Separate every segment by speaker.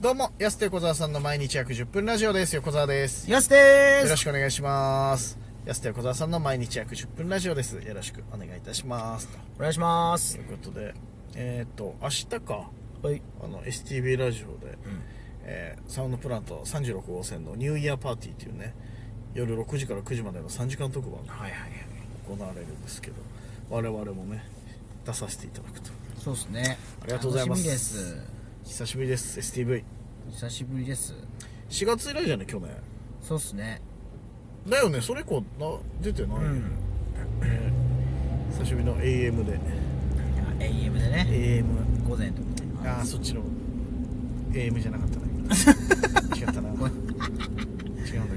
Speaker 1: どうも、やすと横澤さんの毎日約10分ラジオです。横澤です。よ
Speaker 2: やすで
Speaker 1: ろ
Speaker 2: ー
Speaker 1: し
Speaker 2: す
Speaker 1: くお願いします。やすと横澤さんの毎日約10分ラジオです。よろしくお願いいたします。
Speaker 2: お願いしま
Speaker 1: と
Speaker 2: す
Speaker 1: いうことで、えっ、と、明日か、
Speaker 2: はい
Speaker 1: あの、STB ラジオで、えーサウンドプラント36号線のニューイヤーパーティーというね、夜6時から9時までの3時間特番が
Speaker 2: はいはいはい
Speaker 1: 行われるんですけど、我々もね、出させていただくと。
Speaker 2: そうですね
Speaker 1: ありがとうございます
Speaker 2: 楽しみです
Speaker 1: 久しぶりです、STV。
Speaker 2: 久しぶりです
Speaker 1: 4月以来じゃね、去年。
Speaker 2: そうっすね
Speaker 1: だよねそれ以降な出てない、久しぶりの AM で
Speaker 2: いや AM でね
Speaker 1: AM
Speaker 2: 午前とか
Speaker 1: ああそっちの AM じゃなかった な違ったな違うんだけどな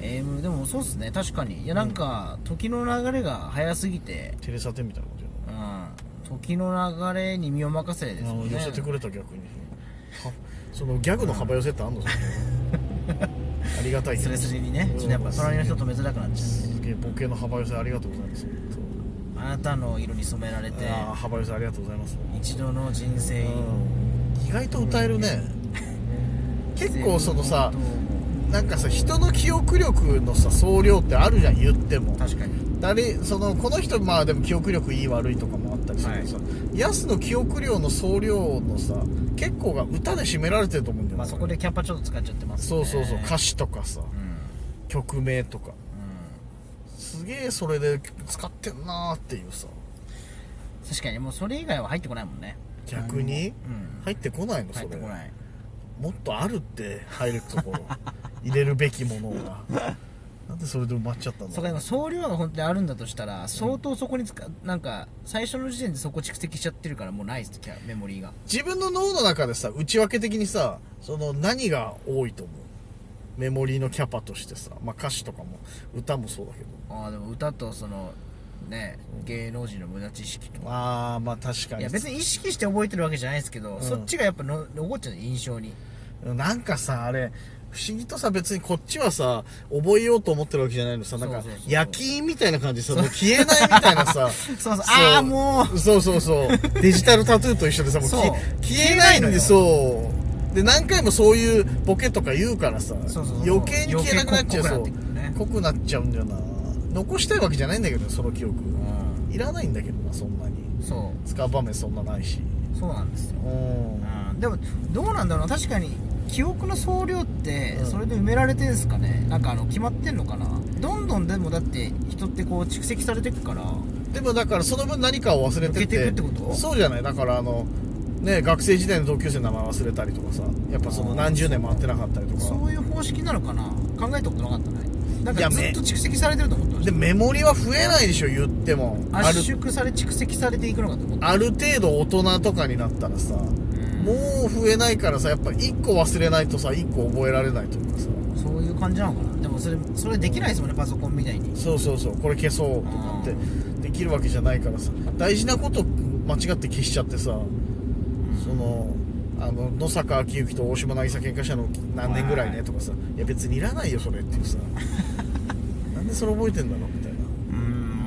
Speaker 2: AM でもそうっすね確かにいやなんか、時の流れが早すぎて
Speaker 1: テレサテンみたいなこと
Speaker 2: うん時の流れに身を任せです
Speaker 1: 言うの、
Speaker 2: ね
Speaker 1: 寄せてくれた逆にはそのギャグの幅寄せってあんの、そ れありがたいけ
Speaker 2: ス
Speaker 1: ど
Speaker 2: レスレにねちょっとやっぱ隣の人止めづらくなっちゃ
Speaker 1: すげえボケの幅寄せありがとうございます
Speaker 2: うあなたの色に染められて
Speaker 1: ああ幅寄せありがとうございます
Speaker 2: 一度の人生
Speaker 1: うん意外と歌え るね結構そのさなんかさ人の記憶力のさ総量ってあるじゃん言っても
Speaker 2: 確かに
Speaker 1: 誰そのこの人まあでも記憶力いい悪いとかもあったりするけどさ、ヤスの記憶量の総量のさ結構が歌で占められてると思うんだよ、
Speaker 2: まあそこでキャパちょっと使っちゃってますね
Speaker 1: そうそうそう歌詞とかさ
Speaker 2: うん
Speaker 1: 曲名とか
Speaker 2: うん
Speaker 1: すげえそれで使ってんなーっていうさ
Speaker 2: 確かにもうそれ以外は入ってこないもんね
Speaker 1: 逆に
Speaker 2: うん
Speaker 1: 入ってこないのそ
Speaker 2: 入
Speaker 1: れ
Speaker 2: ってこない
Speaker 1: もっとあるって入るとこ ろ入れるべきものがなんでそれで埋まっちゃったんだ
Speaker 2: そ
Speaker 1: ろ
Speaker 2: うか
Speaker 1: う
Speaker 2: でも総量が本当にあるんだとしたら相当そこに使うなんか最初の時点でそこ蓄積しちゃってるからもうないですキャメモリーが
Speaker 1: 自分の脳の中でさ内訳的にさその何が多いと思うメモリーのキャパとしてさ、まあ、歌詞とかも歌もそうだけど
Speaker 2: ああでも歌とそのね芸能人の無駄知識と
Speaker 1: ああまあ確か
Speaker 2: い
Speaker 1: に
Speaker 2: や別に意識して覚えてるわけじゃないですけど、
Speaker 1: ん
Speaker 2: そっちがやっぱの残っちゃう印象に
Speaker 1: なんかさあれ不思議とさ別にこっちはさ覚えようと思ってるわけじゃないのさなんか
Speaker 2: そうそうそう
Speaker 1: 夜勤みたいな感じでさもう消えないみたいなさ
Speaker 2: そうそうああも
Speaker 1: うそうそうそう デジタルタトゥーと一緒でさもうき
Speaker 2: そう
Speaker 1: 消えないんで
Speaker 2: 消
Speaker 1: そうで何回もそういうボケとか言うからさ
Speaker 2: そうそうそう
Speaker 1: 余計に消えなくなっちゃうそ
Speaker 2: 余計濃くなってくるね
Speaker 1: う濃くなっちゃうんだよな残したいわけじゃないんだけどねその記憶いらないんだけどなそんなに
Speaker 2: うんそ
Speaker 1: 使う場面そんなないし
Speaker 2: うそうなんですよ
Speaker 1: うん
Speaker 2: うんでもどうなんだろうな確かに記憶の総量って
Speaker 1: うん
Speaker 2: それで埋められてんすかね、なんかあの決まってんのかなどんどんでもだって人ってこう蓄積されてくから
Speaker 1: でもだからその分何かを忘れて
Speaker 2: 抜けていくってこと
Speaker 1: そうじゃないだからあのね学生時代の同級生の名前忘れたりとかさやっぱその何十年も会ってなかったりとか
Speaker 2: そういう方式なのかな考えたことなかったねなん
Speaker 1: いや
Speaker 2: かず
Speaker 1: め
Speaker 2: っと蓄積されてると思ってまし
Speaker 1: でメモリは増えないでしょ言っても
Speaker 2: た
Speaker 1: ある
Speaker 2: 圧縮され蓄積されていくのかと思った
Speaker 1: ある程度大人とかになったらさもう増えないからさやっぱ1個忘れないとさ1個覚えられないというかさ
Speaker 2: そういう感じなのかなでもそれそれできないですもんねパソコンみたいに
Speaker 1: そうそうそうこれ消そうとかって
Speaker 2: う
Speaker 1: できるわけじゃないからさ大事なこと間違って消しちゃってさそのあの野坂昭之と大島渚喧嘩したの何年ぐらいねとかさいや別にいらないよそれっていうさ なんでそれ覚えてんだろうみたいな
Speaker 2: うん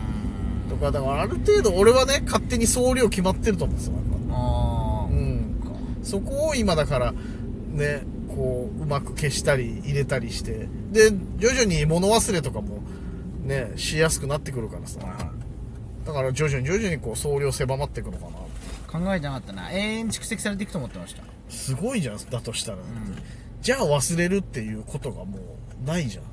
Speaker 1: とかだからある程度俺はね勝手に総量決まってると思うんですよなんか
Speaker 2: ああ、
Speaker 1: うんそこを今だからねこううまく消したり入れたりしてで徐々に物忘れとかもねしやすくなってくるからさだから徐々に徐々にこう総量狭まっていくのかな
Speaker 2: 考えてなかったな永遠蓄積されていくと思ってました
Speaker 1: すごいじゃんだとしたら、じゃあ忘れるっていうことがもうないじゃん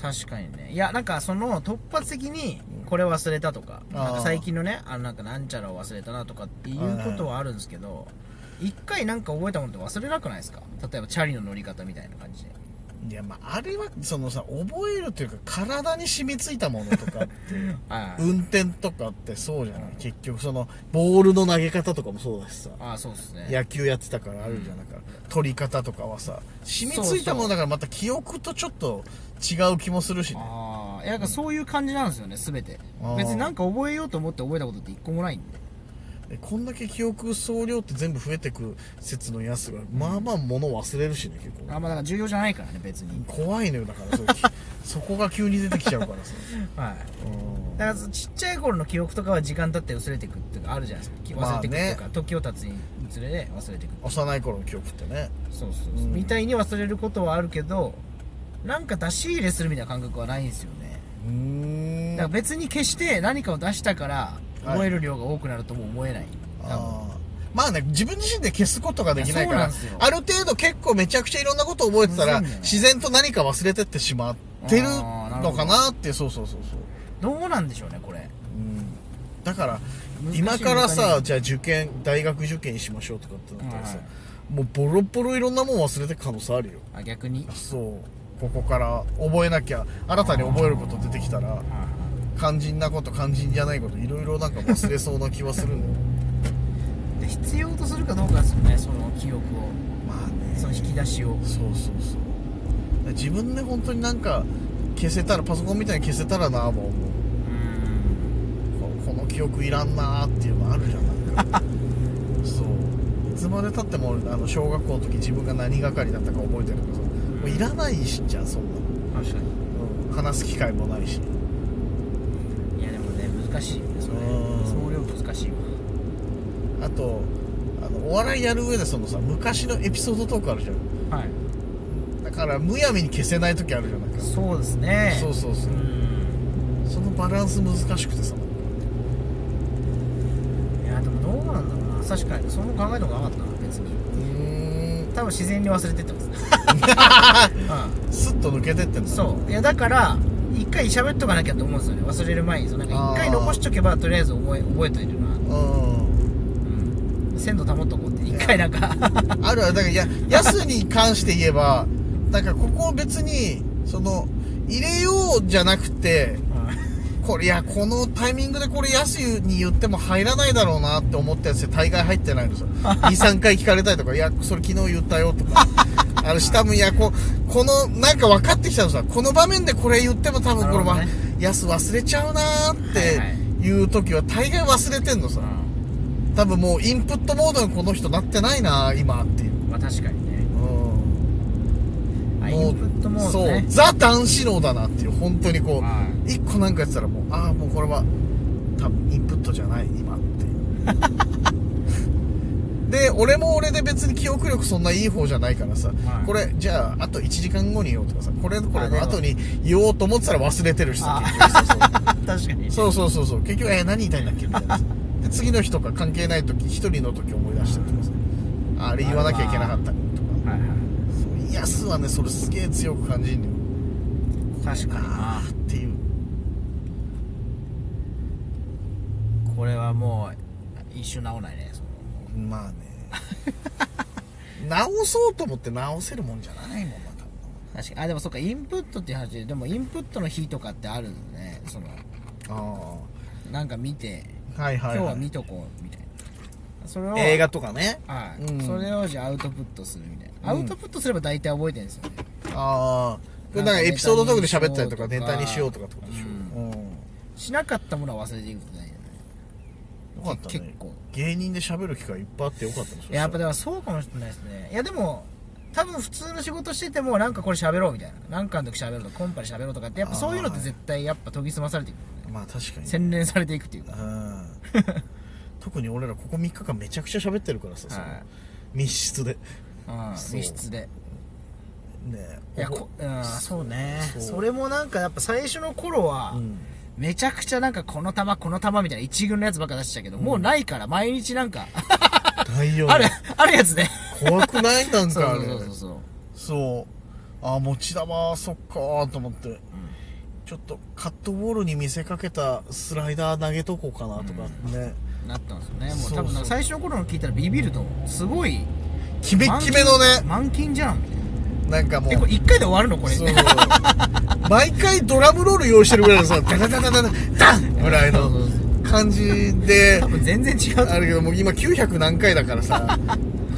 Speaker 2: 確かにねいやなんかその突発的にこれ忘れたとか,、
Speaker 1: あー
Speaker 2: なんか最近のねあのなんかなんちゃらを忘れたなとかっていうことはあるんですけど一回なんか覚えたものって忘れなくないですか例えばチャリの乗り方みたいな感じで
Speaker 1: いやまああれはそのさ覚えるというか体に染みついたものとかって
Speaker 2: あ
Speaker 1: 運転とかってそうじゃない結局そのボールの投げ方とかもそうだしさ
Speaker 2: あーそうっすね
Speaker 1: 野球やってたからあるじゃん、だから取り方とかはさ染みついたものだからまた記憶とちょっと違う気もするしね
Speaker 2: ああいやなんかそういう感じなんですよね全て
Speaker 1: あー
Speaker 2: 別になんか覚えようと思って覚えたことって一個もないんで
Speaker 1: えこんだけ記憶総量って全部増えてく説のやつがまあまあ物忘れるしね結
Speaker 2: あ
Speaker 1: 構
Speaker 2: んまだから重要じゃないからね別に
Speaker 1: 怖いのよ だからそうきそこが急に出てきちゃうからさ
Speaker 2: はい
Speaker 1: うん
Speaker 2: だからちっちゃい頃の記憶とかは時間経って薄れていくっていうかあるじゃないですか忘れていくっていうか、時を経つににつれて忘れていく
Speaker 1: 幼い頃の記憶ってね
Speaker 2: そうそうそう
Speaker 1: うん
Speaker 2: みたいに忘れることはあるけどなんか出し入れするみたいな感覚はないんですよね
Speaker 1: うーん
Speaker 2: だから別に決して何かを出したから覚える量が多くなるとも思えない、多分
Speaker 1: あーまあね自分自身で消すことができないか
Speaker 2: いや
Speaker 1: ら
Speaker 2: そうなんですよ
Speaker 1: ある程度結構めちゃくちゃいろんなこと覚えてたら
Speaker 2: むずいんだよね
Speaker 1: 自然と何か忘れてってしまってるのかなってそうそうそうそう、
Speaker 2: どうなんでしょうねこれ
Speaker 1: うん、だから
Speaker 2: 難しい
Speaker 1: 今から
Speaker 2: 他
Speaker 1: さ
Speaker 2: に
Speaker 1: じゃあ受験大学受験しましょうとかってなったらさ、
Speaker 2: はいは
Speaker 1: もうボロボロいろんなもん忘れてる可能性あるよ
Speaker 2: あ逆に
Speaker 1: そうここから覚えなきゃ新たに覚えること出てきたら肝心なこと肝心じゃないこといろいろなんか忘れそうな気はするんだよ
Speaker 2: で必要とするかどうかですよねその記憶を
Speaker 1: まあね
Speaker 2: その引き出しを
Speaker 1: そうそうそう自分で本当になんか消せたらパソコンみたいに消せたらなあもう思
Speaker 2: う
Speaker 1: う
Speaker 2: ー
Speaker 1: ここの記憶いらんなあっていうのあるじゃんなんか そういつまでたってもあの小学校の時自分が何係だったか覚えてるけどさもういらないしじゃんそんなの、
Speaker 2: ん確か
Speaker 1: うん、話す機会もないし
Speaker 2: にいやでもね難しいよねそれ
Speaker 1: うん
Speaker 2: それは難しいわ
Speaker 1: あとあのお笑いやる上でそのさ昔のエピソードトークあるじゃん
Speaker 2: はい
Speaker 1: だからむやみに消せない時あるじゃんなんか
Speaker 2: そうですね
Speaker 1: そうそうそう
Speaker 2: うーん
Speaker 1: そのバランス難しくてさ
Speaker 2: いやでもどうなんだろうな確かにその考えとかなかったな別に
Speaker 1: うーん
Speaker 2: 多分自然に忘れてっ てますね、
Speaker 1: スッと抜けてってん
Speaker 2: うん、
Speaker 1: だ
Speaker 2: そういやだから一回喋っとかなきゃと思うんですよね忘れる前にそうなんか一回残しとけばとりあえず覚え覚えといて るな、
Speaker 1: うん
Speaker 2: うん、鮮度保っとこうって一回なんか
Speaker 1: あるあるだからややすに関して言えばなんかここを別にその入れようじゃなくてこれいやこのタイミングでこれやすに言っても入らないだろうなって思ったやつで大概入ってない のさ23回聞かれたりとかいやそれ昨日言ったよとかあの下もいやここのなんか分かってきたのさこの場面でこれ言っても多分これは、
Speaker 2: なるほ
Speaker 1: やす忘れちゃうなーっ
Speaker 2: はいは
Speaker 1: ていう時は大概忘れてんのさ、多分もうインプットモードにこの人なってないな今っていう、
Speaker 2: まあ確かにね
Speaker 1: うん、
Speaker 2: あインプットモードね
Speaker 1: そうザ男子能だなっていう本当にこう
Speaker 2: は
Speaker 1: 一個なんかやってたらもうああもうこれは多分インプットじゃない今っていう で俺も俺で別に記憶力そんないい方じゃないからさ、
Speaker 2: はい
Speaker 1: これじゃああと1時間後に言おうとかさこれこれ
Speaker 2: あ
Speaker 1: の
Speaker 2: でも
Speaker 1: 後に言おうと思ってたら忘れてるしさ
Speaker 2: あ
Speaker 1: 結局さそう
Speaker 2: 確かに
Speaker 1: そうそうそうそう結局えー何言いたいんだっけみたいなさで次の日とか関係ない時一人の時思い出してるとかさああれ言わなきゃいけなかったねとか
Speaker 2: はいは
Speaker 1: そうヤスはねそれすげえ強く感じるのよ
Speaker 2: い確かにな
Speaker 1: ああっていう
Speaker 2: これはもう一瞬治んないねその
Speaker 1: まあ ね直そうと思って直せるもんじゃないもんな多
Speaker 2: 確かにあでもそっかインプットっていう話ででもインプットの日とかってあるんだねその
Speaker 1: 分
Speaker 2: なんか見て
Speaker 1: ああはいはい、
Speaker 2: 今
Speaker 1: はい、
Speaker 2: 日は見とこうみたいなそれを
Speaker 1: 映画とかね
Speaker 2: はい、
Speaker 1: うん
Speaker 2: それをじゃあアウトプットするみたいな、
Speaker 1: うん
Speaker 2: アウトプットすれば大体覚えてるんですよね
Speaker 1: ああこれなんかエピソードトークで喋ったりとかネタにしようとかってことでしょ、
Speaker 2: う
Speaker 1: うん
Speaker 2: しなかったものは忘れていくことないよね
Speaker 1: よかったね
Speaker 2: け結構
Speaker 1: 芸人で喋る機会いっぱいあってよかったねそしたら
Speaker 2: やっぱでもそうかもしれないですねいやでも多分普通の仕事しててもなんかこれ喋ろうみたいななんかの時喋ろうとかコンパで喋ろうとかってやっぱそういうのって絶対やっぱ研ぎ澄まされていくよね
Speaker 1: まあ確かに
Speaker 2: 洗練されていくっていうか
Speaker 1: うん特に俺らここ3日間めちゃくちゃ喋ってるからさ、その
Speaker 2: はい
Speaker 1: 密室で
Speaker 2: うん
Speaker 1: そう
Speaker 2: 密室で
Speaker 1: ね
Speaker 2: いや
Speaker 1: こ
Speaker 2: こうんそうね
Speaker 1: そ
Speaker 2: そうれもなんかやっぱ最初の頃は、
Speaker 1: うん
Speaker 2: めちゃくちゃなんかこの球この球みたいな一軍のやつばっか出してたけど、もうないから毎日なんか
Speaker 1: ないよ
Speaker 2: あるあるやつね
Speaker 1: 怖くないなん
Speaker 2: そう
Speaker 1: かあれ
Speaker 2: そうそうそう
Speaker 1: そうあ持ち球そっかーと思って、ちょっとカットボールに見せかけたスライダー投げとこうかなとかね、
Speaker 2: なったんですよねも
Speaker 1: そうそ
Speaker 2: う
Speaker 1: う
Speaker 2: 多分なんか最初の頃の聞いたらビビると思うすごい
Speaker 1: キメッキメのね
Speaker 2: 満金じゃんみたいな
Speaker 1: なんかもう
Speaker 2: えこれ1回で終わるのこれ
Speaker 1: そう 毎回ドラムロール用意してるぐらいのさダダダダダダダンぐらいの
Speaker 2: そうそうそ
Speaker 1: 感じで
Speaker 2: 多分全然違うと思 う
Speaker 1: あるけどもう今900何回だから さ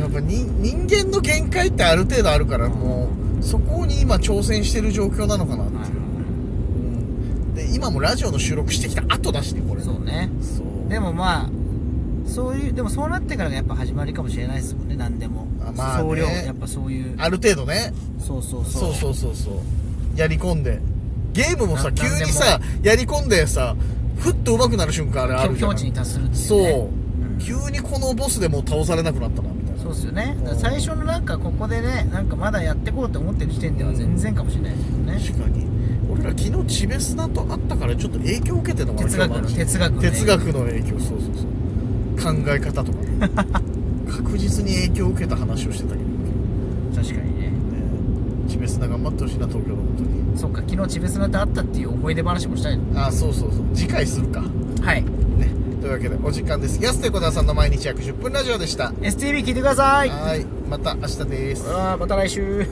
Speaker 1: やっぱに人間の限界ってある程度あるからもうそこに今挑戦してる状況なのかなっていう、うん、で今もラジオの収録してきた後だしねこれ
Speaker 2: そうね
Speaker 1: そう
Speaker 2: でもまあそういうでもそうなってからがやっぱ始まりかもしれないですもんね何でも
Speaker 1: あまあね
Speaker 2: 総量やっぱそういう
Speaker 1: ある程度ね
Speaker 2: そうそう
Speaker 1: そ
Speaker 2: そう
Speaker 1: うそうそうそうやり込んでゲームもさ
Speaker 2: な
Speaker 1: 急にさやり込んでさふっと上手くなる瞬間あれあるじ
Speaker 2: 境
Speaker 1: ゃ
Speaker 2: 境
Speaker 1: ん
Speaker 2: 地に達するっていう、ね、
Speaker 1: そう、
Speaker 2: ん
Speaker 1: 急にこのボスでもう倒されなくなったなみたいな
Speaker 2: そうっすよねだから最初のなんかここでねなんかまだやってこうと思ってる時点では全然かもしれないですよね
Speaker 1: 確かに俺ら昨日チベスナと会ったからちょっと影響を受けてたのかな
Speaker 2: 哲学の
Speaker 1: 今日
Speaker 2: 哲学のね
Speaker 1: 哲学の影響そうそうそう考え方とかね 確実に影響を受けた話をしてたけど、ね、
Speaker 2: 確かにね
Speaker 1: チベスナ頑張ってほしいな東京の本当に
Speaker 2: そっか昨日チベスナと会ったっていう思い出話もしたいの
Speaker 1: あそうそうそう次回するか
Speaker 2: はい
Speaker 1: ねというわけでお時間です安手小田さんの毎日約10分ラジオでした
Speaker 2: STV 聞いてください
Speaker 1: はいまた明日です
Speaker 2: あーまた来週